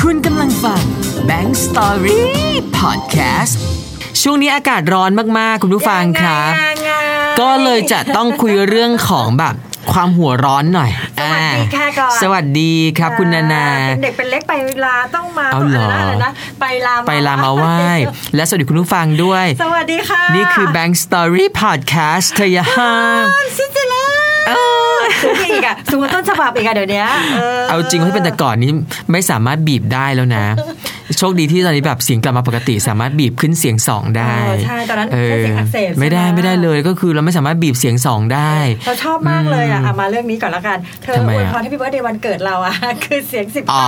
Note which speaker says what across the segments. Speaker 1: คุณกำลังฟัง Bank Story Podcast ช่วงนี้อากาศร้อนมาก ๆ คุณผู้ฟังครับ
Speaker 2: ยังไง
Speaker 1: ก็เลยจะต้องคุยเรื่องของแบบความหัวร้อนหน่อย
Speaker 2: สวัสดีค่ะก่อ
Speaker 1: อ่านสวัสดีครับคุณนานา
Speaker 2: เป็นเด็กเป็นเล็กไปลาต้องมา
Speaker 1: เอาเหรอ
Speaker 2: ต้งะไนะะไรนะไปลา
Speaker 1: ไปลามาไหว้ และสวัสดีคุณผู้ฟังด้วย
Speaker 2: สวัสดีค่ะ
Speaker 1: นี่คือ Bank Story Podcast เธออย่าห้าม
Speaker 2: ซิซิลา
Speaker 1: เออ
Speaker 2: สูงอีกอะสูงกว่าต้นฉบับอีกอะเดี๋ยวนี้
Speaker 1: เอาจริงว่าที่เป็นแต่ก่อนนี้ไม่สามารถบีบได้แล้วนะ โชคดีที่ตอนนี้แบบเสียงกลับมาปกติ สามารถบีบขึ้นเสียงสองได้
Speaker 2: เออใช่ตอนนั้น
Speaker 1: เอ
Speaker 2: แค่
Speaker 1: อ
Speaker 2: เสียงอักเสบ
Speaker 1: ไม่ได้
Speaker 2: ใช่ห
Speaker 1: ไม่ได้เลยก็คือเราไม่สามารถบีบเสียงสองได้
Speaker 2: เราชอบมากเลยอะเอามาเรื่องนี้ก่อนละกัน เธอ
Speaker 1: ทำไม
Speaker 2: อ
Speaker 1: อะ
Speaker 2: วยพรให้พี่เบิร์ดเดย์วันเกิดเราอะ คือเสียงสิบ
Speaker 1: อ๋อ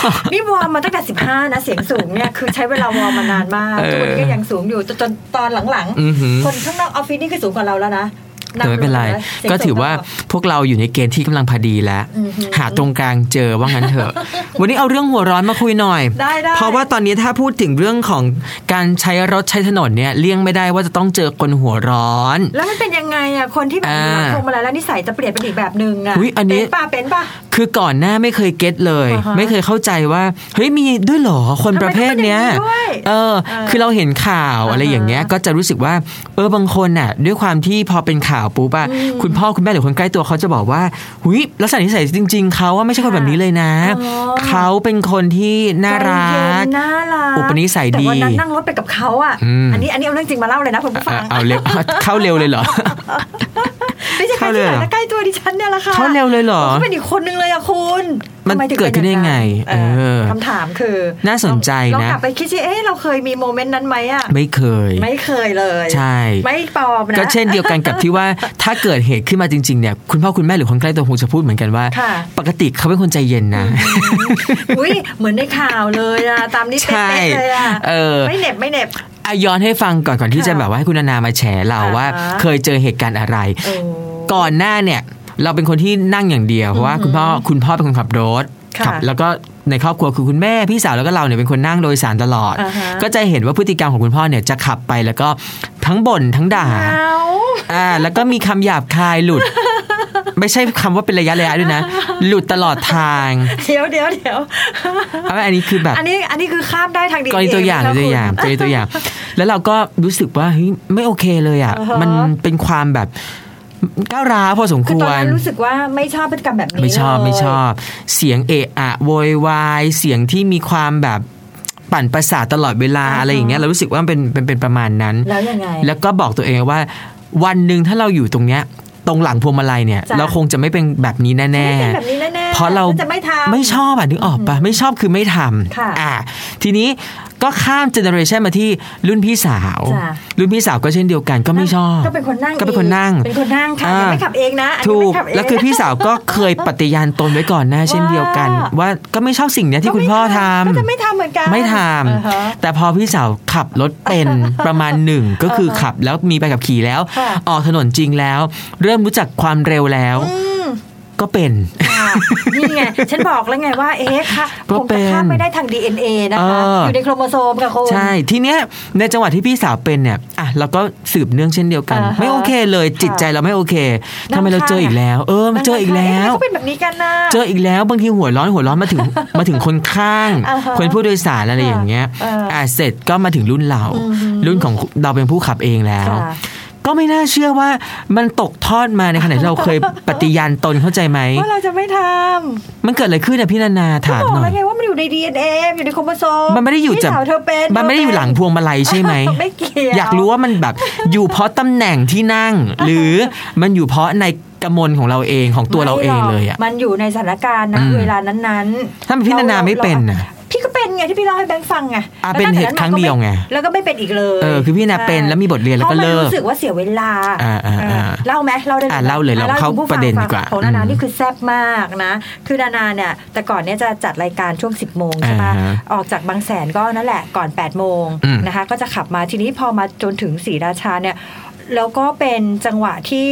Speaker 2: ห้านี่วอร์มมาตั้งแต่สิบห้านะเสียงสูงเนี่ยคือใช้เวลาวอร์มมานานมาก
Speaker 1: เออ
Speaker 2: ทุกวันนี้ก็ยังสูงอยู่จนจนตอนหลัง
Speaker 1: อือหือ
Speaker 2: คนข้างนอกออฟฟิศนี่คือสูงกว่าเราแล้วนะ
Speaker 1: แต่ไม่เป็นไร
Speaker 2: งลงะสียง
Speaker 1: ก็ถือ
Speaker 2: สูง
Speaker 1: ว่า
Speaker 2: ตลด
Speaker 1: พวกเราอยู่ในเกณฑ์ที่กำลังพอดีแล้ว
Speaker 2: อือหือ
Speaker 1: หาตรงกลางเจอว่างั้นเถอะ วันนี้เอาเรื่องหัวร้อนมาคุยหน่อย
Speaker 2: ได้ได้
Speaker 1: เพราะว่าตอนนี้ถ้าพูดถึงเรื่องของการใช้รถใช้ถนนเนี่ยเลี่ยงไม่ได้ว่าจะต้องเจอคนหัวร้อน
Speaker 2: แล้วมันเป็นยังไงอ่ะคนที่แบบ
Speaker 1: อ่า
Speaker 2: หลังพวงมาลัยแล้วนิสัยจะเปลี่ยนเป็นอีกแบบหนึ่งอ่ะ
Speaker 1: อุ๊ยอันนี้
Speaker 2: เป็นป่ะเป็นป่ะ
Speaker 1: คือก่อนหน้าไม่เคยเก็ตเลย
Speaker 2: อ่าฮะ
Speaker 1: ไม่เคยเข้าใจว่าเฮ้ยมีด้วยเหรอคนประเภทเนี้ย
Speaker 2: ทำไมต้องเป็นอย่างนี้ด้วย
Speaker 1: เออ คือเราเห็นข่าวอะไร
Speaker 2: อ่าฮะ
Speaker 1: อย่างเงี้ย ก็จะรู้สึกว่า เออบางคนน่ะ ด้วยความที่พอเป็นข่าวปุ๊บอะคุณพ่อคุณแม่หรือคนใกล้ตัวเขาจะบอกว่าหุยลักษณะนิสัยจริง ๆเขาว่าไม่ใช่คนแบบนี้เลยนะ
Speaker 2: อ๋อ
Speaker 1: เขาเป็นคนที่น่ารั
Speaker 2: ใจเย็
Speaker 1: ก
Speaker 2: นน่ารัก
Speaker 1: อุปนิสัยดี
Speaker 2: แต่วันนั้นนั่งรถไปกับเขาอ่ะ
Speaker 1: อืม
Speaker 2: อันนี้อันนี้เอาเรื่องจริงมาเล่าเลยนะคุณผู้ฟั
Speaker 1: อ่ะ
Speaker 2: ง
Speaker 1: เอาเร็ว เข้าเร็วเลยเหร อ
Speaker 2: ไม่ใช่ใคร
Speaker 1: เข้าเลยเห
Speaker 2: ที่ไหน
Speaker 1: รอ
Speaker 2: นะใกล้ตัวดิฉันเนี่ยแหละค่ะ
Speaker 1: เข้าเร็วเลยเหรอ
Speaker 2: เขาเป็นอีกคนนึงเลยอ่ะคุณ
Speaker 1: มัน
Speaker 2: ทำไถึ
Speaker 1: เกิดขึ้นได้ยังไง
Speaker 2: เป็นอย่างนั้น
Speaker 1: เออ
Speaker 2: คำถามคือ
Speaker 1: น่าสนใจ
Speaker 2: ลอง
Speaker 1: นะ
Speaker 2: กลับไปคิดสิเอ๊ะเราเคยมีโมเมนต์นั้นไหมอ่ะ
Speaker 1: ไม่เคย
Speaker 2: ไม่เคยเลย
Speaker 1: ใช่
Speaker 2: ไม่ปลอมนะ
Speaker 1: ก็เช่นเดียวกันกับที่ว่า ถ้าเกิดเหตุขึ้นมาจริงๆเนี่ยคุณพ่อคุณแม่หรือคนใกล้ตัวคงจะพูดเหมือนกันว่า
Speaker 2: ค่ะ
Speaker 1: ปกติเขาเป็นคนใจเย็นนะ
Speaker 2: อุ้ยเหมือนในข่าวเลยอ่ะตามนี้เป๊
Speaker 1: ใช่
Speaker 2: ะๆเลยอ่ะ
Speaker 1: เออ
Speaker 2: ไม่เหน็บไม่เหน็บ
Speaker 1: อะย้อนให้ฟังก่อนก่อนที่
Speaker 2: ค่ะ
Speaker 1: จะแบบว่าให้คุณนานามาแฉเรา
Speaker 2: อ่าฮะ
Speaker 1: ว่า เคยเจอเหตุการณ์อะไร
Speaker 2: โอ้
Speaker 1: ก่อนหน้าเนี่ย เราเป็นคนที่นั่งอย่างเดียวเพราะว่าคุณพ่อคุณพ่อเป็นคนขับรถ
Speaker 2: ค่ะ
Speaker 1: ขัแล้วก็ในครอบครัวคือคุณแม่พี่สาวแล้วก็เราเนี่ยเป็นคนนั่งโดยสารตลอด
Speaker 2: อ่าฮะ
Speaker 1: ก็จะเห็นว่าพฤติกรรมของคุณพ่อเนี่ยจะขับไปแล้วก็ทั้งบ่นทั้งด่า
Speaker 2: เอา
Speaker 1: อ่าแล้วก็มีคำหยาบคายหลุด ไม่ใช่คำว่าเป็นระยะระยะด้วยนะ หลุดตลอดทาง
Speaker 2: เดี๋ยวเดี๋ยวเดี๋ยว
Speaker 1: เอาอันนี้คือแบบ
Speaker 2: อันนี้อันนี้คือข้ามได้ทางดี
Speaker 1: กรณีตัวอย่าง
Speaker 2: เ
Speaker 1: กรณีตัวอย่างกรณีตัวอย่าง แล้วเราก็รู้สึกว่าเฮ้ยไม่โอเคเลยอ่ะ
Speaker 2: อ่าฮะ
Speaker 1: มันเป็นความแบบก้าวร้าวพอสมค
Speaker 2: คือต
Speaker 1: วร
Speaker 2: อนนั้นรู้สึกว่าไม่ชอบพฤติกรรมแบบนี้
Speaker 1: ไม่ชอบ
Speaker 2: เลย
Speaker 1: ไม่ชอบ เสียงเอะอะโวยวายเสียงที่มีความแบบปั่นประสาทตลอดเวลา
Speaker 2: อ่าฮะ
Speaker 1: อะไรอย่างเงี้ยเรารู้สึกว่ามันเป็นเป็นเป็นประมาณนั้น
Speaker 2: แล้วยังไง
Speaker 1: แล้วก็บอกตัวเองว่า วันหนึ่งถ้าเราอยู่ตรงเนี้ย ตรงหลังพวงมาลัยเนี่ย
Speaker 2: จ้ะ
Speaker 1: เราคงจะไม่เป็นแบบนี้แน่
Speaker 2: ไม่เป็น
Speaker 1: ๆ
Speaker 2: แบบนี้แน่ๆ
Speaker 1: เพราะเรา
Speaker 2: ฉันจะไม่ทำ
Speaker 1: ไม่ชอบอ่ะนึกออกปะไม่ชอบคือไม่ท
Speaker 2: ค่ะ
Speaker 1: ำอ่ะทีนี้ก็ข้ามเจเนอเรชันมาที่รุ่นพี่สาว
Speaker 2: จ้ะ
Speaker 1: รุ่นพี่สาวก็เช่นเดียวกันก็ไม่ชอบ
Speaker 2: ก็เป็นคนนั่ง
Speaker 1: ก็เป็นคนนั่ง
Speaker 2: เป็นคนนั่งค่ะ
Speaker 1: อ่า
Speaker 2: ยังไม่ขับเองนะอันนี้
Speaker 1: ถูก
Speaker 2: ไม่ขับเง
Speaker 1: แล้วคือพี่สาวก็เคยปฏิญาณตนไว้ก่อนหน้าเช่นเดียวกัน
Speaker 2: ว่า
Speaker 1: ว่าก็ไม่ชอบสิ่งเนี้ยที่คุณพ่อทำ
Speaker 2: ก็จะไม่ทำเหมือนกัน
Speaker 1: ไม่ท
Speaker 2: อ่าฮะ
Speaker 1: ำแต่พอพี่สาวขับรถ เป็น ประมาณหนึ่งก็คือขับแล้วมีใบขับขี่แล้ว
Speaker 2: ค่ะ
Speaker 1: ออกถนนจริงแล้ว เริ่มรู้จักความเร็วแล้ว ก็เป็น
Speaker 2: ค่ะนี่ไง ฉันบอกแล้วไงว่าเอ๊ะค่ะ
Speaker 1: ก็
Speaker 2: ผม
Speaker 1: เป็
Speaker 2: จะ
Speaker 1: น
Speaker 2: ข้ามไม่ได้ทาง DNA นะคะ
Speaker 1: เอออ
Speaker 2: ยู่ในโครโมโซมค่ะคุณ
Speaker 1: ใช่ทีเนี้ยในจังหวะที่พี่สาวเป็นเนี่ยอ่ะเราก็สืบเนื่องเช่นเดียวกัน
Speaker 2: อ่าฮะ
Speaker 1: ไม่โอเคเลย
Speaker 2: ค่ะ
Speaker 1: จิตใจเราไม่โอเค
Speaker 2: น่า
Speaker 1: ทำไมเราเจอ
Speaker 2: ค่ะ
Speaker 1: อีกแล้ว เออมาเจออีกแล้ว
Speaker 2: เะก็เป็นแบบนี้กันนะ
Speaker 1: เจออีกแล้วบางทีหัวร้อนหัวร้อนมาถึง มาถึงคนข้าง
Speaker 2: อ่าฮะ
Speaker 1: คนผู้โดยสารอะไรอย่างเงี้ย
Speaker 2: เอออ่
Speaker 1: ะเสร็จก็มาถึงรุ่นเรา
Speaker 2: อือหือ
Speaker 1: รุ่นของเราเป็นผู้ขับเองแล้ว
Speaker 2: ค่ะ
Speaker 1: ก็ไม่น่าเชื่อว่ามันตกทอดมาในขณะที่เราเคย ปฏิญาณตนเข้าใจไหม
Speaker 2: ว่าเราจะไม่ท
Speaker 1: มันเกิดอะไรขึ้นอะพี่นานา
Speaker 2: ำก็
Speaker 1: ถาม
Speaker 2: บอก
Speaker 1: หน่อ
Speaker 2: แล้
Speaker 1: ย
Speaker 2: วไงว่ามันอยู่ใน DNA อยู่ในโครโมโซม
Speaker 1: มันไม่ได้อยู่จาก
Speaker 2: พี่สาวเธอเป็น
Speaker 1: มันไม่ได้อยู่หลังพวงมาลัยใช่ไหม
Speaker 2: ไม่เกี่ยว
Speaker 1: อยากรู้ว่ามันแบบ อยู่เพราะตำแหน่งที่ นั่ง หรือมันอยู่เพราะในกำมลของเราเองของตัวเราเองเลยอะ
Speaker 2: มันอยู่ในสถานการณ์
Speaker 1: อืม
Speaker 2: นะเวลานั้นๆ
Speaker 1: ถ้าเป็นพี่นานาไม่เป็น
Speaker 2: รา
Speaker 1: อะ
Speaker 2: พี่ก็เป็นไงที่พี่เล่าให้แบงค์ฟังไง
Speaker 1: อ่ะ
Speaker 2: แล้ว
Speaker 1: เป็นเหตุ
Speaker 2: ตั้แต่
Speaker 1: ครั้งเดียวไง
Speaker 2: แล้วก็ไม่เป็นอีกเลย
Speaker 1: เออคือพี่นาเป็นแล้วมีบทเรียนแล้วก็
Speaker 2: พราะมัน
Speaker 1: เลิก
Speaker 2: รู้สึกว่าเสียเวลา
Speaker 1: อ่าอ่าอ่า
Speaker 2: เเล่าไหมเล่าได้ไหม
Speaker 1: อ่ะเล่าเลยเรา
Speaker 2: อ่ะ
Speaker 1: เข้า
Speaker 2: ให้คุณผู้ฟัง
Speaker 1: ประเด็น
Speaker 2: ฟัง
Speaker 1: ดีกว่า
Speaker 2: ของนานา
Speaker 1: อืม
Speaker 2: นี่คือแซ่บมากนะ คือนานาเนี่ยแต่ก่อนเนี่ยจะจัดรายการช่วง 10บโมงใช่ปะ
Speaker 1: อ่าฮะ
Speaker 2: ออกจากบางแสนก็นั่นแหละก่อน8ปดโมง
Speaker 1: อืม
Speaker 2: นะคะ ก็จะขับมาทีนี้พอมาจนถึงศรีราชาเนี่ยแล้วก็เป็นจังหวะที่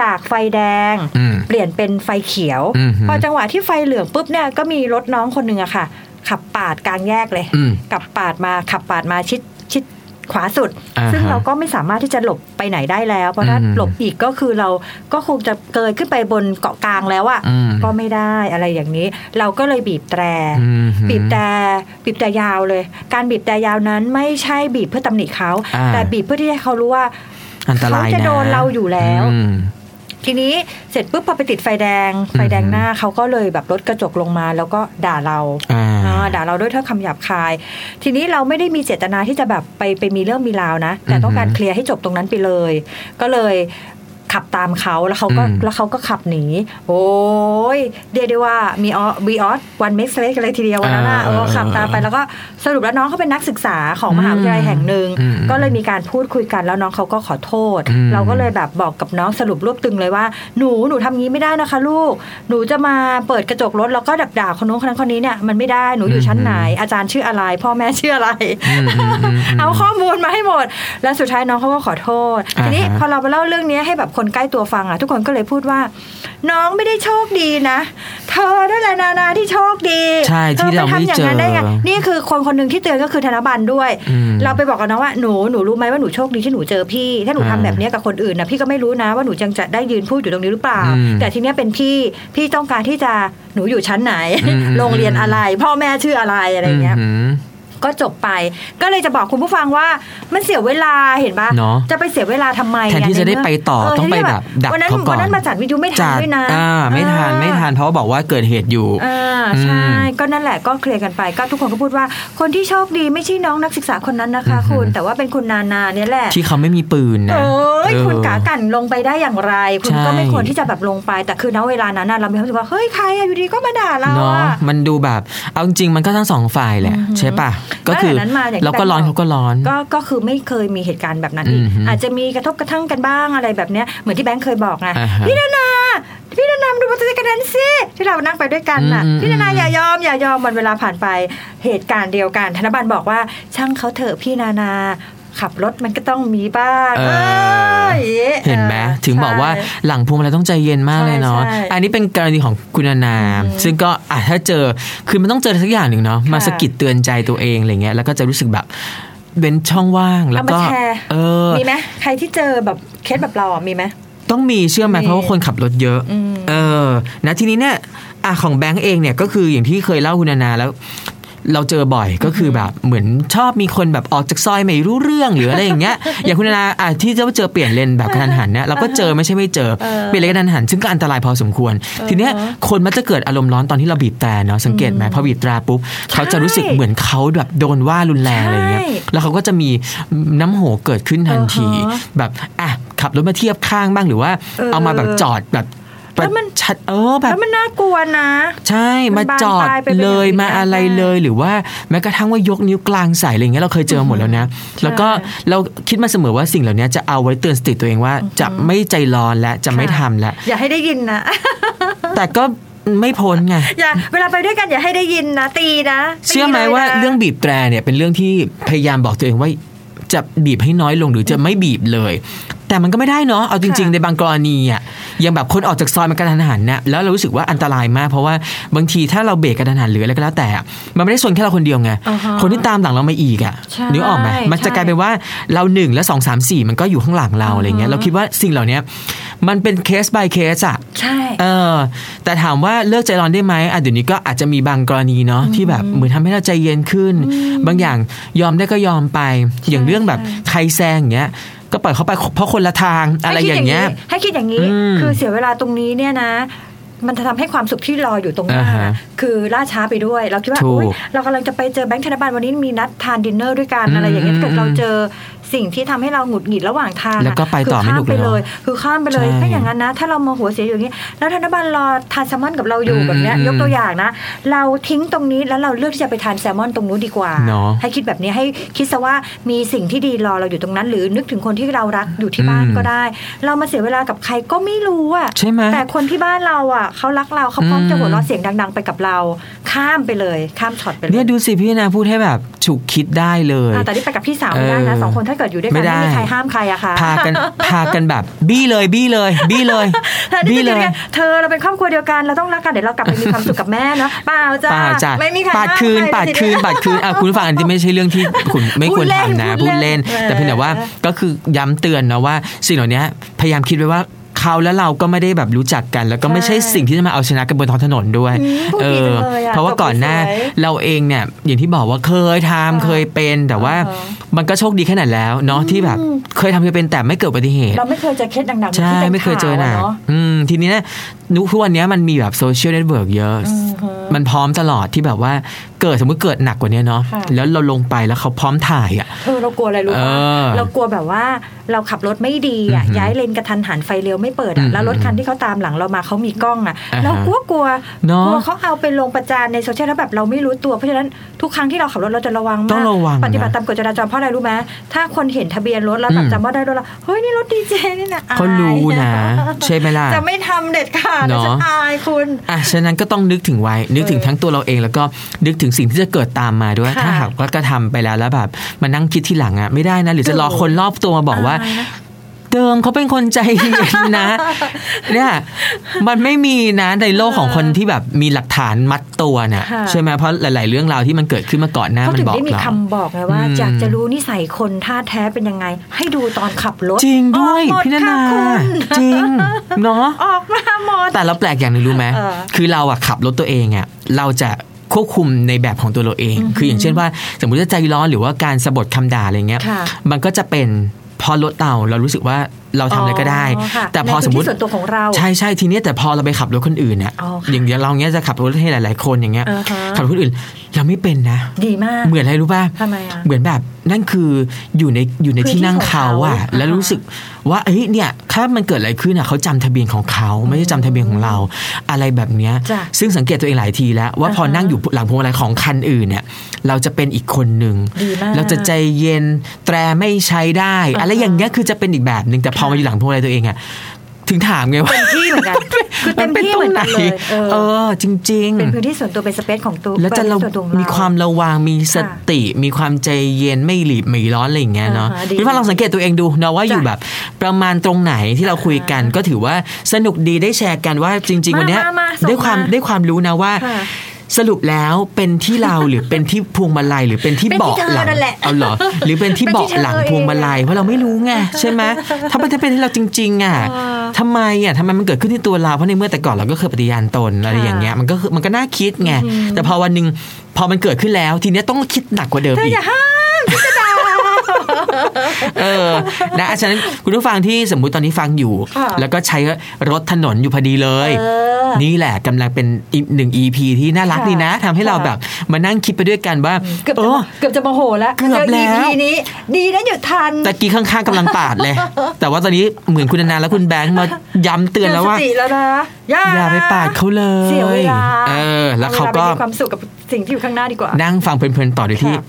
Speaker 2: จากไฟแดง
Speaker 1: อืม
Speaker 2: เปลี่ยนเป็นไฟเขียว
Speaker 1: อือหือ
Speaker 2: พอจังหวะที่ไฟเหลืองปุ๊บเนี่ยก็มีรถน้องคนหนึ่งอะค่ะ ขับปาดกลางแยกเลย
Speaker 1: อืม
Speaker 2: กลับปาดมาขับปาดมาชิดชิด ขวาสุด
Speaker 1: อ่าฮะ
Speaker 2: ซึ่งเราก็ไม่สามารถที่จะหลบไปไหนได้แล้ว เพราะถ้า
Speaker 1: อืม
Speaker 2: หลบอีกก็คือเราก็คงจะเกยขึ้นไปบนเกาะกลางแล้วอะ
Speaker 1: อืม
Speaker 2: ก็ไม่ได้อะไรอย่างนี้ เราก็เลยบีบแตร
Speaker 1: อืมหืม
Speaker 2: บีบแต่บีบแต่ยาวเลย การบีบแต่ยาวนั้นไม่ใช่บีบเพื่อตำหนิเขา
Speaker 1: อ่า
Speaker 2: แต่บีบเพื่อที่ให้เขารู้ว่า
Speaker 1: อันตรายนะ
Speaker 2: เขาจะโดนเราอยู่แล้ว
Speaker 1: อืม
Speaker 2: ทีนี้เสร็จปุ๊บพอไปติดไฟแดง ไฟแดงหน้าเขาก็เลยแบบลดกระจกลงมา แล้วก็ด่าเรา
Speaker 1: อ่า
Speaker 2: อ่าด่าเราด้วยถ้อยคำหยาบคาย ทีนี้เราไม่ได้มีเจตนาที่จะแบบไปไปมีเรื่องมีราวนะ แต่ต้องการ
Speaker 1: อือฮึ
Speaker 2: เคลียร์ให้จบตรงนั้นไปเลย ก็เลยขับตามเขาแล้วเขาก็
Speaker 1: อืม
Speaker 2: แล้วเขาก็ขับหนี โอ้ยเรียกได้ว่ามีออวีออสวันเมสเลสกันเลยทีเดียว วันนั้นน่ะเออขับตามไปแล้วก็สรุปแล้วน้องเขาเป็นนักศึกษาของมหาวิทยาลัยแห่งหนึ่ง
Speaker 1: อืม
Speaker 2: ก็เลยมีการพูดคุยกันแล้วน้องเขาก็ขอโทษ
Speaker 1: อืม
Speaker 2: เราก็เลยแบบบอกกับน้องสรุปรวบตึงเลยว่า หนูหนูทำงี้ไม่ได้นะคะ ลูก หนูจะมาเปิดกระจกรถแล้วก็ดักด่าคนนู้นคนนั้นคนนี้เนี่ยมันไม่ได้หนูอยู่ชั้นไหน อาจารย์ชื่ออะไร พ่อแม่ชื่ออะไร
Speaker 1: อืมอืมอืม
Speaker 2: เอาข้อมูลมาให้หมด แล้วสุดท้ายน้องเขาก็ขอโทษ
Speaker 1: อ่าฮะ
Speaker 2: ทีนี้พอเราไปเล่าเรื่องนี้ให้แบบคนใกล้ตัวฟังอ่ะ ทุกคนก็เลยพูดว่า น้องไม่ได้โชคดีนะ เธอนั่นแหละนานาที่โชคดี
Speaker 1: ใช่ที่เราไม่
Speaker 2: ธอปทำอย่างนั้นได้ไง
Speaker 1: เจอ
Speaker 2: นี่คือคนคนหนึ่งที่เตือนก็คือธนบัตรด้วย
Speaker 1: อืม
Speaker 2: เราไปบอกกับน้องว่าหนูหนูรู้ไหมว่าหนูโชคดีที่หนูเจอพี่ ถ้าหนูทำ
Speaker 1: อ่า
Speaker 2: แบบนี้กับคนอื่นนะพี่ก็ไม่รู้นะว่าหนูยังจะได้ยืนพูดอยู่ตรงนี้หรือเปล่า
Speaker 1: อืม
Speaker 2: แต่ทีเนี้ยเป็นพี่พี่ต้องการที่จะหนูอยู่ชั้นไหน
Speaker 1: อืม
Speaker 2: โรงเรียนอะไร พ่อแม่ชื่ออะไรอะไรอย่างเงี้ย
Speaker 1: อืม
Speaker 2: ก็จบไป ก็เลยจะบอกคุณผู้ฟังว่ามันเสียเวลาเห็นปะ
Speaker 1: เนอะ
Speaker 2: จะไปเสียเวลาทำไม
Speaker 1: แทนที่
Speaker 2: เย
Speaker 1: จะได้ไปต่อ
Speaker 2: เ
Speaker 1: ต้องไป
Speaker 2: แทนที่
Speaker 1: แบบดัก
Speaker 2: วันนั้น
Speaker 1: เขาก่อน
Speaker 2: วันนั้นมาจัดวิดีโอไม่ทัน
Speaker 1: จัด
Speaker 2: ด้วยนะ
Speaker 1: อ่าไม่ทานไม่ทานเพราะว่าบอกว่าเกิดเหตุอยู่
Speaker 2: อ่า
Speaker 1: อืม
Speaker 2: ใช่ ก็นั่นแหละก็เคลียร์กันไป ก็ทุกคนก็พูดว่า คนที่โชคดีไม่ใช่น้องนักศึกษาคนนั้นนะคะ
Speaker 1: อือหือ
Speaker 2: คุณแต่ว่าเป็นคุณนานาเนี่ยแหละ
Speaker 1: ที่เขาไม่มีปืนนะ
Speaker 2: โอ้ย
Speaker 1: เออ
Speaker 2: คุณกากันลงไปได้อย่างไร คุณ
Speaker 1: ใช่
Speaker 2: ก็ไม่ควรที่จะแบบลงไป แต่คือณเวลานั้นน่ะเราไม่รู้สึกว่าเฮ้ยใครอะอยู่ดีก็มาด่าเรา
Speaker 1: เนาะ
Speaker 2: อะ
Speaker 1: มันดูแบบ เอาจริงๆมันก็ทั้งสองฝ่ายแหละ
Speaker 2: อือหือ
Speaker 1: ใช่ปะก็คือ
Speaker 2: แล้วหลังนั้นมาอย่างที่
Speaker 1: เราก็ร้อน
Speaker 2: แบงค์บอก
Speaker 1: เขาก็ร้อน
Speaker 2: ก็ก็คือไม่เคยมีเหตุการณ์แบบนั้นอีก
Speaker 1: อือหืออ
Speaker 2: อาจจะมีกระทบกระทั่งกันบ้างอะไรแบบเนี้ยเหมือนที่แบงค์เคยบอกไง
Speaker 1: อ่าฮะ
Speaker 2: พี่นานาพี่นานามาดูปฏิกิริยานั้นสิที่เรานั่งไปด้วยกันน่ะ
Speaker 1: อืม
Speaker 2: พี่นานา
Speaker 1: อืม
Speaker 2: อย่ายอมอย่ายอมวันเวลาผ่านไปเหตุการณ์เดียวกัน ธนบัตรบอกว่าช่างเขาเถอะพี่นานา ขับรถมันก็ต้องมีบ้าง
Speaker 1: เออ
Speaker 2: ยอย่างงี้
Speaker 1: เห็นไหม
Speaker 2: อ่
Speaker 1: ถึงบอกว่า
Speaker 2: ใช่
Speaker 1: หลังพวงมาลัยต้องใจเย็นมากเลยเนาะ
Speaker 2: ใช่ใช่
Speaker 1: อันนี้เป็นกรณีของคุณนานาซึ่งก็อาจถ้าเจอคือมันต้องเจอสักอย่างหนึ่งเนาะมา
Speaker 2: ค่ะ
Speaker 1: สะกิดเตือนใจตัวเองอะไรเงี้ยแล้วก็จะรู้สึกแบบเว้นช่องว่างแล้วก็
Speaker 2: เอามาแชร์
Speaker 1: เออ
Speaker 2: มีไหมใครที่เจอแบบเคสแบบเราอ่ะมีไหม
Speaker 1: ต้องมีเชื่อไหม
Speaker 2: มี
Speaker 1: เพราะว่าคนขับรถเยอะ
Speaker 2: อืม
Speaker 1: เออ นะทีนี้เนี่ยอ่ะของแบงก์เองเนี่ยก็คืออย่างที่เคยเล่าคุณนานาแล้ว เราเจอบ่อยก็คือแบบเหมือนชอบมีคนแบบออกจากซอยไม่รู้เรื่องหรืออะไรอย่างเงี้ย อย่างคุณนานาอ่ะที่จะเจอเปลี่ยนเลนแบบกระทันหันเนี่ยเราก็เจอไม่ใช่ไม่เจอ
Speaker 2: เออ
Speaker 1: เปลี่ยนเลนกระทันหันซึ่งก็อันตรายพอสมควร ทีเนี้ยคนมักจะเกิดอารมณ์ร้อนตอนที่เราบีบแตรเนาะสังเกตไหมพอบีบแตรปุ๊บเขาจะรู้สึกเหมือนเขาแบบโดนว่ารุนแรงอะไรอย่างเงี้ย
Speaker 2: ใช่
Speaker 1: แล้วเขาก็จะมีน้ำโหเกิดขึ้นทันที
Speaker 2: อ่าฮะ
Speaker 1: แบบอ่ะขับรถมาเทียบข้างบ้างหรือว่า
Speaker 2: เออ
Speaker 1: เอามาแบบจอดแบบ
Speaker 2: แล้วมัน
Speaker 1: ชัดเออแบบ
Speaker 2: แล้วมันน่ากลัวนะ
Speaker 1: ใช่
Speaker 2: มั
Speaker 1: มาน
Speaker 2: บาน
Speaker 1: จอด
Speaker 2: ปลายไปเป็น
Speaker 1: เล
Speaker 2: อย่างอื่
Speaker 1: ย
Speaker 2: น
Speaker 1: มา
Speaker 2: ได้
Speaker 1: อะไรเลยหรือว่าแม้กระทั่งว่ายกนิ้วกลางใส่อะไรอย่างเงี้ยเราเคยเจอหมดแล้วนะ แล้วก็เราคิดมาเสมอว่าสิ่งเหล่านี้จะเอาไว้เตือนสติตัวเองว่าจะไม่ใจร้อนและจะไม่
Speaker 2: ค่ะ
Speaker 1: ทำและ
Speaker 2: อย่าให้ได้ยินนะ
Speaker 1: แต่ก็ไม่พ้นไง
Speaker 2: อย่าเวลาไปด้วยกันอย่าให้ได้ยินนะตีนะตี
Speaker 1: เชื่อไหม
Speaker 2: ลยนะ
Speaker 1: ว่าเรื่องบีบแตรเนี่ยเป็นเรื่องที่พยายามบอกตัวเองว่าจะบีบให้น้อยลงหรือจะไม่บีบเลย แต่มันก็ไม่ได้เนาะเอาจริง ๆ
Speaker 2: ค่ะ
Speaker 1: ในบางกรณีอ่ะยังแบบคนออกจากซอยมันกระทันหันนะแล้วเรารู้สึกว่าอันตรายมาก เพราะว่าบางทีถ้าเราเบรกกระทันหันหรืออะไรก็แล้วแต่อะมันไม่ได้ชนแค่เราคนเดียวไง
Speaker 2: อ่าฮะ
Speaker 1: คนที่ตามหลังเรามาอีกอ่ะ
Speaker 2: ใช่
Speaker 1: นึกออกไหมมันจะกลายเป็นว่าเราหนึ่งและสองสามสี่มันก็อยู่ข้างหลังเราอะไรเงี้ย
Speaker 2: อ่าฮะ
Speaker 1: เราคิดว่าสิ่งเหล่านี้มันเป็นเคส by เคสอะ
Speaker 2: ใช่
Speaker 1: เออแต่ถามว่าเลิกใจร้อนได้ไหมอ่ะเดี๋ยวนี้ก็อาจจะมีบางกรณีเนาะที่แบบเหมือนทำให้เราใจเย็นขึ้น บางอย่างยอมได้ก็ยอมไป อย่างเรื่องแบบใครแซงอย่างเงี้ยก็ปล่อยเขาไปเพราะคนละทางอะไรอย่างเงี้ย
Speaker 2: ให้คิดอย่างนี้
Speaker 1: อืม
Speaker 2: คือเสียเวลาตรงนี้เนี่ยนะ มันจะทำให้ความสุขที่รออยู่ตรงหน้า
Speaker 1: อ่าฮะ
Speaker 2: คือล่าช้าไปด้วย เราคิดว่า
Speaker 1: ถูก
Speaker 2: โอ๊ยเรากำลังจะไปเจอแบงค์ธนบัตรวันนี้มีนัดทานดินเนอร์ด้วยกัน
Speaker 1: อืม
Speaker 2: อะไรอย่างเงี้ย
Speaker 1: อืม
Speaker 2: ถ้าเกิดเราเจอสิ่งที่ทำให้เราหงุดหงิดระหว่างทาง
Speaker 1: แล้วก็ไปต่อ
Speaker 2: คื
Speaker 1: ไม่
Speaker 2: ข้า
Speaker 1: ถูก
Speaker 2: ไป
Speaker 1: แล้ว
Speaker 2: เลย คือข้ามไปเลย
Speaker 1: ใช่
Speaker 2: ถ้าอย่างนั้นนะ ถ้าเราโมโหเสียอยู่อย่างนี้ แล้วธนบัตรรอทานแซลมอนกับเราอยู่
Speaker 1: อืม
Speaker 2: แบบเนี้ย
Speaker 1: อืม
Speaker 2: ยกตัวอย่างนะ เราทิ้งตรงนี้แล้วเราเลือกที่จะไปทานแซลมอนตรงนู้นดีกว่า
Speaker 1: เนอะ
Speaker 2: ให้คิดแบบนี้ให้คิดซะว่ามีสิ่งที่ดีรอเราอยู่ตรงนั้น หรือนึกถึงคนที่เรารักอยู่ที่บ้าน
Speaker 1: อืม
Speaker 2: ก็ได้ ได้เรามาเสียเวลากับใครก็ไม่รู้อะ
Speaker 1: ใช่ไหม
Speaker 2: แต่คนที่บ้านเราอะ เขารักเราเขาพร้อม
Speaker 1: อืม
Speaker 2: จะหัวเราะเสียงดัง ๆ ไปกับเรา ข้ามไปเลย ข้ามช็อตไปเลย
Speaker 1: เนี่ยดูสิพี่นาพูดให้แบบฉุกคิดได้เลย
Speaker 2: อ่ะแต่ที่ไปกับพี่สาวไม่ได้นะ
Speaker 1: เออ
Speaker 2: สองคนถ้าเกิดอยู่ด้วยกัน
Speaker 1: ไม่ได้
Speaker 2: ไม่มีใครห้ามใครอะค่ะ
Speaker 1: พากันพากันแบบ บี้เลยบี้เลย บี้เลย
Speaker 2: ถ้าได้
Speaker 1: บี้
Speaker 2: ไป
Speaker 1: เล
Speaker 2: เจอย กันเธอเราเป็นครอบครัวเดียวกันเราต้องรักกันเดี๋ยวเรากลับไปมีความสุขกับแม่เนาะเปล่าจ้า
Speaker 1: ป่าจ้ะ
Speaker 2: ไม่มีใคร
Speaker 1: ปาด
Speaker 2: ห้ม
Speaker 1: คืน
Speaker 2: ใร
Speaker 1: ปาด
Speaker 2: เลย
Speaker 1: คืน
Speaker 2: ทีเย
Speaker 1: ปาดคืนอ่ะคุณฟังอันนี้ไม่ใช่เรื่อง ที่คุณไม่
Speaker 2: พู
Speaker 1: คว
Speaker 2: ด
Speaker 1: ร
Speaker 2: เล่น
Speaker 1: ทำนะ
Speaker 2: พู
Speaker 1: พู
Speaker 2: ด
Speaker 1: ด
Speaker 2: เล่
Speaker 1: เล่
Speaker 2: น
Speaker 1: น แต่เพียงแต่ว่า
Speaker 2: เออ
Speaker 1: ก็คือย้ำเตือนนะว่าสิ่งเหล่านี้พยายามคิดไว้ว่าเขาและเราก็ไม่ได้แบบรู้จักกัน แล้วก็ไม่ใช่สิ่งที่จะมาเอาชนะกันบนท้องถนนด้วย
Speaker 2: อืมพูด
Speaker 1: เอ
Speaker 2: ดี
Speaker 1: อ
Speaker 2: จังเลยอะ
Speaker 1: เพราะว่าก่อนหน้า
Speaker 2: จบสวย
Speaker 1: เราเองเนี่ยอย่างที่บอกว่าเคยทำ
Speaker 2: อ่า
Speaker 1: เคยเป็น แต่ว่า
Speaker 2: อ่า
Speaker 1: มันก็โชคดีแค่ไหนแล้วเนาะที่แบบ
Speaker 2: อืม
Speaker 1: เคยทำเคยเป็นแต่ไม่เกิดอุบัติเหตุ
Speaker 2: เราไม่เคยเจอเคสหนักๆที่
Speaker 1: ใช่
Speaker 2: ป็น
Speaker 1: ไม่เคยเจอหนัก
Speaker 2: ข่าวะเาะ
Speaker 1: อืมทีนี้นะนุทุกวันนี้มันมีแบบโซเชียลเน็ตเวิร์กเยอะ
Speaker 2: อือฮะ
Speaker 1: มันพร้อมตลอดที่แบบว่าเกิดสมมติเกิดหนักกว่านี้เนาะ
Speaker 2: ค่ะ
Speaker 1: แล้วเราลงไปแล้วเขาพร้อมถ่ายอ่ะ
Speaker 2: เออเรากลัวอะไรรู้ปะ
Speaker 1: เออ
Speaker 2: เรากลัวแบบว่าเราขับรถไม่ดีอ่ะ
Speaker 1: อือหือ
Speaker 2: ย้ายเลนกระทันหันไฟเลี้ยวไม่เปิด
Speaker 1: อื
Speaker 2: อ่ะ
Speaker 1: อหือ
Speaker 2: แล้วรถคันที่เขาตามหลังเรามาเขามีกล้องอ่ะ
Speaker 1: อ่าฮะ
Speaker 2: เรากลัวกลัว
Speaker 1: เนอะ
Speaker 2: กลัวเขาเอาไปลงประจานในโซเชียลแล้วแบบเราไม่รู้ตัวเพราะฉะนั้นทุกครั้งที่เราขับรถเราจะระวัง
Speaker 1: ต้อกง
Speaker 2: มา
Speaker 1: ระวังนะ
Speaker 2: ปฏิบัติตามกฎจราจรเพราะอะไรรู้ไหมถ้าคนเห็นทะเบียนรถแล้วแบ
Speaker 1: อื
Speaker 2: บ
Speaker 1: ม
Speaker 2: จำว่าได้รถเราเฮ้ยนี่รถดีเจนี่นะอย
Speaker 1: เขารู้นะ ใช่ไหมล่ะ
Speaker 2: จะไม่ทำเด็ดขาด
Speaker 1: เน
Speaker 2: นะ
Speaker 1: อะ
Speaker 2: ฉันอายคุณ
Speaker 1: อ่ะฉะนั้นก็ต้องนึกถึงไว้ นึกถึงทั้งตัวเราเองแล้วก็นึกถึงสิ่งที่จะเกิดตามมาด้วย
Speaker 2: ค่ะ
Speaker 1: ถ้าหากว่ากระทำไปแล้วแล้วแบบมานั่งคิดที่หลังอ่ะไม่ได้นะหรือจะรอคนรอบตัวมาบอกว่า
Speaker 2: ายนะ
Speaker 1: เดิมเขาเป็นคนใจเย็น นะ เนี่ยมันไม่มีนะในโลกของคนที่แบบมีหลักฐานมัดตัวน่ะ
Speaker 2: ค่ะ
Speaker 1: ใช่ไหมเพราะหลาย ๆ เรื่องราวที่มันเกิดขึ้นมาก่อนหน้า
Speaker 2: เขา
Speaker 1: มัน
Speaker 2: ถึง
Speaker 1: บอก
Speaker 2: ได้มี
Speaker 1: เรา
Speaker 2: คำบอกไงว่า
Speaker 1: อืม
Speaker 2: อยากจะรู้นิสัยคนท่าแท้เป็นยังไง ให้ดูตอนขับรถ
Speaker 1: จริงด้วย
Speaker 2: ออกหม
Speaker 1: พี่นา
Speaker 2: ค่ะ
Speaker 1: นา
Speaker 2: คุณ
Speaker 1: จ ริงเนาะ
Speaker 2: ออกมาหมด
Speaker 1: แต่เราแปลกอย่างหนึงรู้ไหม
Speaker 2: เออ
Speaker 1: คือเราอะขับรถตัวเองอะเราจะควบคุมในแบบของตัวเราเอง
Speaker 2: อือหือ
Speaker 1: คืออย่างเช่นว่า สมมุติว่าใจร้อนหรือว่าการสะบัดคำด่าอะไรเงี้ย
Speaker 2: ค่ะ
Speaker 1: มันก็จะเป็นพอรถเราเรารู้สึกว่าเราทำอะไรก็ได้
Speaker 2: ค่ะ
Speaker 1: แต่พอ
Speaker 2: ใน
Speaker 1: สมม
Speaker 2: พื้น
Speaker 1: ติ
Speaker 2: ที่ส่วนตัวของเรา
Speaker 1: ใช่ใช่ทีเนี้ยแต่พอเราไปขับรถคนอื่นเนี่ย
Speaker 2: อ๋อค่ะ
Speaker 1: อย่างเดียวเราเนี้ยจะขับรถให้หลาย ๆ คนอย่างเงี้ย
Speaker 2: อ่าฮะ
Speaker 1: ขับรถคนอื่น เราไม่เป็นนะ
Speaker 2: ดีมาก
Speaker 1: เหมือนอะไรรู้ป่ะ
Speaker 2: ทำไมอ่ะ
Speaker 1: เหมือนแบบนั่นคืออยู่ในอยู่ใน
Speaker 2: พื้นที่
Speaker 1: ที่นั่งเขาอะ
Speaker 2: ของเขา
Speaker 1: แล้วรู้สึกว่าเอ้ยเนี่ยถ้ามันเกิดอะไรขึ้นอะเขาจำทะเบียนของเขาไม่ได้จำทะเบียนของเรา อะไรแบบเนี้ย
Speaker 2: จ้ะ
Speaker 1: ซึ่งสังเกตตัวเองหลายทีแล้ว ว่าพอ
Speaker 2: อ่าฮะ
Speaker 1: นั่งอยู่หลังพวงมาลัยของคันอื่นเนี่ยเราจะเป็นอีกคนหนึ่ง
Speaker 2: ดีมาก
Speaker 1: เราจะใจเย็นแตรไม่ใช้ได้
Speaker 2: อ่าฮะ
Speaker 1: อะไรอย่างเงี้ยคือจะเป็นอีกแบบหนึ่งแต่พอมาอยู่หลังพวงมาลัยตัวเองอะถึงถามไงว่า
Speaker 2: เต็มที่เหมือนกันคือเต็มที่เหมือนกันเลยเอ
Speaker 1: เอ
Speaker 2: อ
Speaker 1: อ จริง
Speaker 2: เป็นพื้นที่ส่วนตัวเป็นสเปซของตัว
Speaker 1: ๆ แล้วจะเรา
Speaker 2: เป็นส่นตัของ
Speaker 1: มีความระวังมีสติ มีความใจเย็นไม่หลีบไม่ร้อนอะไรอย่างเงี้ยเนาะ
Speaker 2: อ่าฮะดี
Speaker 1: หรือว่าลองสังเกตตัวเองดูนะว่าอยู่แบบประมาณตรงไหนที่เราคุยกัน ก็ถือว่าสนุกดีได้แชร์กันว่าจริง ๆ
Speaker 2: มา
Speaker 1: วันเนี้ย
Speaker 2: มามาส่ง
Speaker 1: ได้ความ
Speaker 2: มา
Speaker 1: ได้ความรู้นะว่า
Speaker 2: ค่ะ
Speaker 1: สรุปแล้วเป็นที่เรา หรือเป็นที่พวงมาลัยหรือเป็นที่
Speaker 2: เป็นที่
Speaker 1: เบาะหลัง
Speaker 2: เธอนั่นแหละ
Speaker 1: เอาเหรอหรือเป็นที่
Speaker 2: เป็นที่
Speaker 1: เบาะหลัง
Speaker 2: เธอเอง
Speaker 1: พวงมาลัยเพราะเราไม่รู้ไงใช่ไหมถ้ามันจะเป็นที่เราจริงๆอ่ะ
Speaker 2: เออ
Speaker 1: ทำไมอ่ะทำไมมันเกิดขึ้นที่ตัวเราเพราะในเมื่อแต่ก่อนเราก็เคยปฏิญาณตนอะไรอย่างเงี้ย มันก็คือมันก็น่าคิดไง แต่พอวันหนึ่งพอมันเกิดขึ้นแล้ว ทีเนี้ยต้องคิดหนักกว่าเดิม
Speaker 2: เธอ
Speaker 1: อีก
Speaker 2: อย่าห้าม
Speaker 1: เออ นะฉะนั้นคุณผู้ฟังที่สมมุติตอนนี้ฟังอยู่
Speaker 2: ค่ะ
Speaker 1: แล้วก็ใช้รถถนนอยู่พอดีเลย
Speaker 2: เออ
Speaker 1: นี่แหละกำลังเป็นอีกหนึ่ง EP ที่น่ารัก
Speaker 2: ค่ะ
Speaker 1: ดีนะทำให้เรา
Speaker 2: ค่ะ
Speaker 1: แบบมานั่งคิดไปด้วยกันว่า
Speaker 2: เกือบ
Speaker 1: เอ
Speaker 2: จะ
Speaker 1: อ
Speaker 2: เกือบจะโมโหแล้ว
Speaker 1: เกือบแล้ว
Speaker 2: จ EP นี้ ดีนะหยุดทัน
Speaker 1: ตะกี้ข้างๆกำลังปาดเลย แต่ว่าตอนนี้เหมือนคุณนานาและคุณแบงค์มาย้ำเตือนแล้วว่า
Speaker 2: สติแล้วนะอย่า
Speaker 1: อย่าไปปาดเขาเลย
Speaker 2: เสียเวลา
Speaker 1: เออ แล้วเขาก็
Speaker 2: อไปมีความสุขกับสิ่งที่อยู่ข้างหน้าดีกว่า
Speaker 1: นั่งฟังเพลินๆต่อโดยที่
Speaker 2: ค่ะ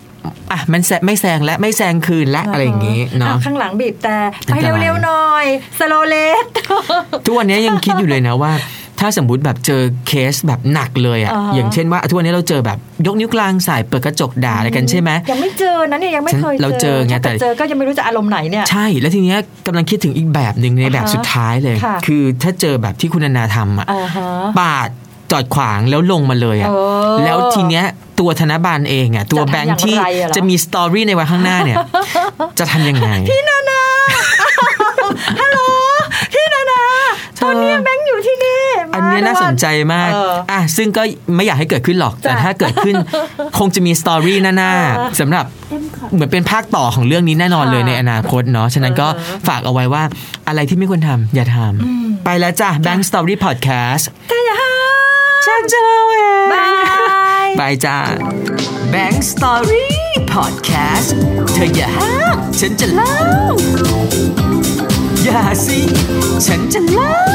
Speaker 1: อ่ะ มันแซะไม่แซงและไม่แซงคืนและอะไรอย่างงี้เนาะ
Speaker 2: อ่ข้างหลังบีบแต่
Speaker 1: อั
Speaker 2: ไป
Speaker 1: นตราย
Speaker 2: เร็วๆหน่อย สโลเล ส
Speaker 1: ทุกวันนี้ยังคิดอยู่เลยนะว่า ถ้าสมมติแบบเจอเคสแบบหนักเลยอะ
Speaker 2: อ่าฮะ
Speaker 1: อย่างเช่นว่าทุกวันนี้เราเจอแบบยกนิ้วกลางใส่เปิดกระจกด่าอะไรกันใช่ไหม
Speaker 2: ยังไม่เจอนะเนี่ยยังไม่
Speaker 1: ฉัน
Speaker 2: เคย
Speaker 1: เราเจอไง
Speaker 2: ถ้กิด
Speaker 1: แต่
Speaker 2: เจอก็ยังไม่รู้จะอารมณ์ไหนเนี่ย
Speaker 1: ใช่แล้วทีเนี้ยกำลังคิดถึงอีกแบบหนึ่งในแบบ
Speaker 2: อ่าฮะ
Speaker 1: สุดท้ายเลย
Speaker 2: ค่ะ
Speaker 1: คือถ้าเจอแบบที่คุณนานาทำอะ
Speaker 2: อ่าฮะ
Speaker 1: ปาดจอดขวางแล้วลงมาเลยอะ
Speaker 2: เออ
Speaker 1: แล้วทีเนี้ยตัวธนบัลเองอะตัว
Speaker 2: จะทำ
Speaker 1: แบงค์ที่
Speaker 2: อย่างไรอะเหรอ
Speaker 1: จะมีสตอรี่ในวันข้างหน้าเนี่ย จะทำยังไงพี่นา
Speaker 2: พี่นานา
Speaker 1: ตอนนี้
Speaker 2: แบงค์อยู่ที่นี่
Speaker 1: อันเนี้ย
Speaker 2: ม
Speaker 1: น่าสนใจมาก
Speaker 2: เอออ่
Speaker 1: ่ะซึ่งก็ไม่อยากให้เกิดขึ้นหรอก แต่ถ้าเกิดขึ้ น คงจะมีสตอรี่หน้า
Speaker 2: เออ
Speaker 1: ๆสำหรับเหมือนเป็นภาคต่อของเรื่องนี้แน่นอนเลย
Speaker 2: ค่ะ
Speaker 1: ในอนาคตเนาะ ฉะนั้นก็
Speaker 2: เออ
Speaker 1: ฝากเอาไว้ว่าอะไรที่ไม่ควรทำอย่าทำ ไปแล้วจ้ะ Bank Story Podcast
Speaker 2: แต่อย่าห้า
Speaker 1: ชักจะเอาเอง
Speaker 2: บาย
Speaker 1: บายจ้า Bank Story Podcast เธออย่าห้ามฉันจะเล่า อย่าสิ ฉันจะเล่า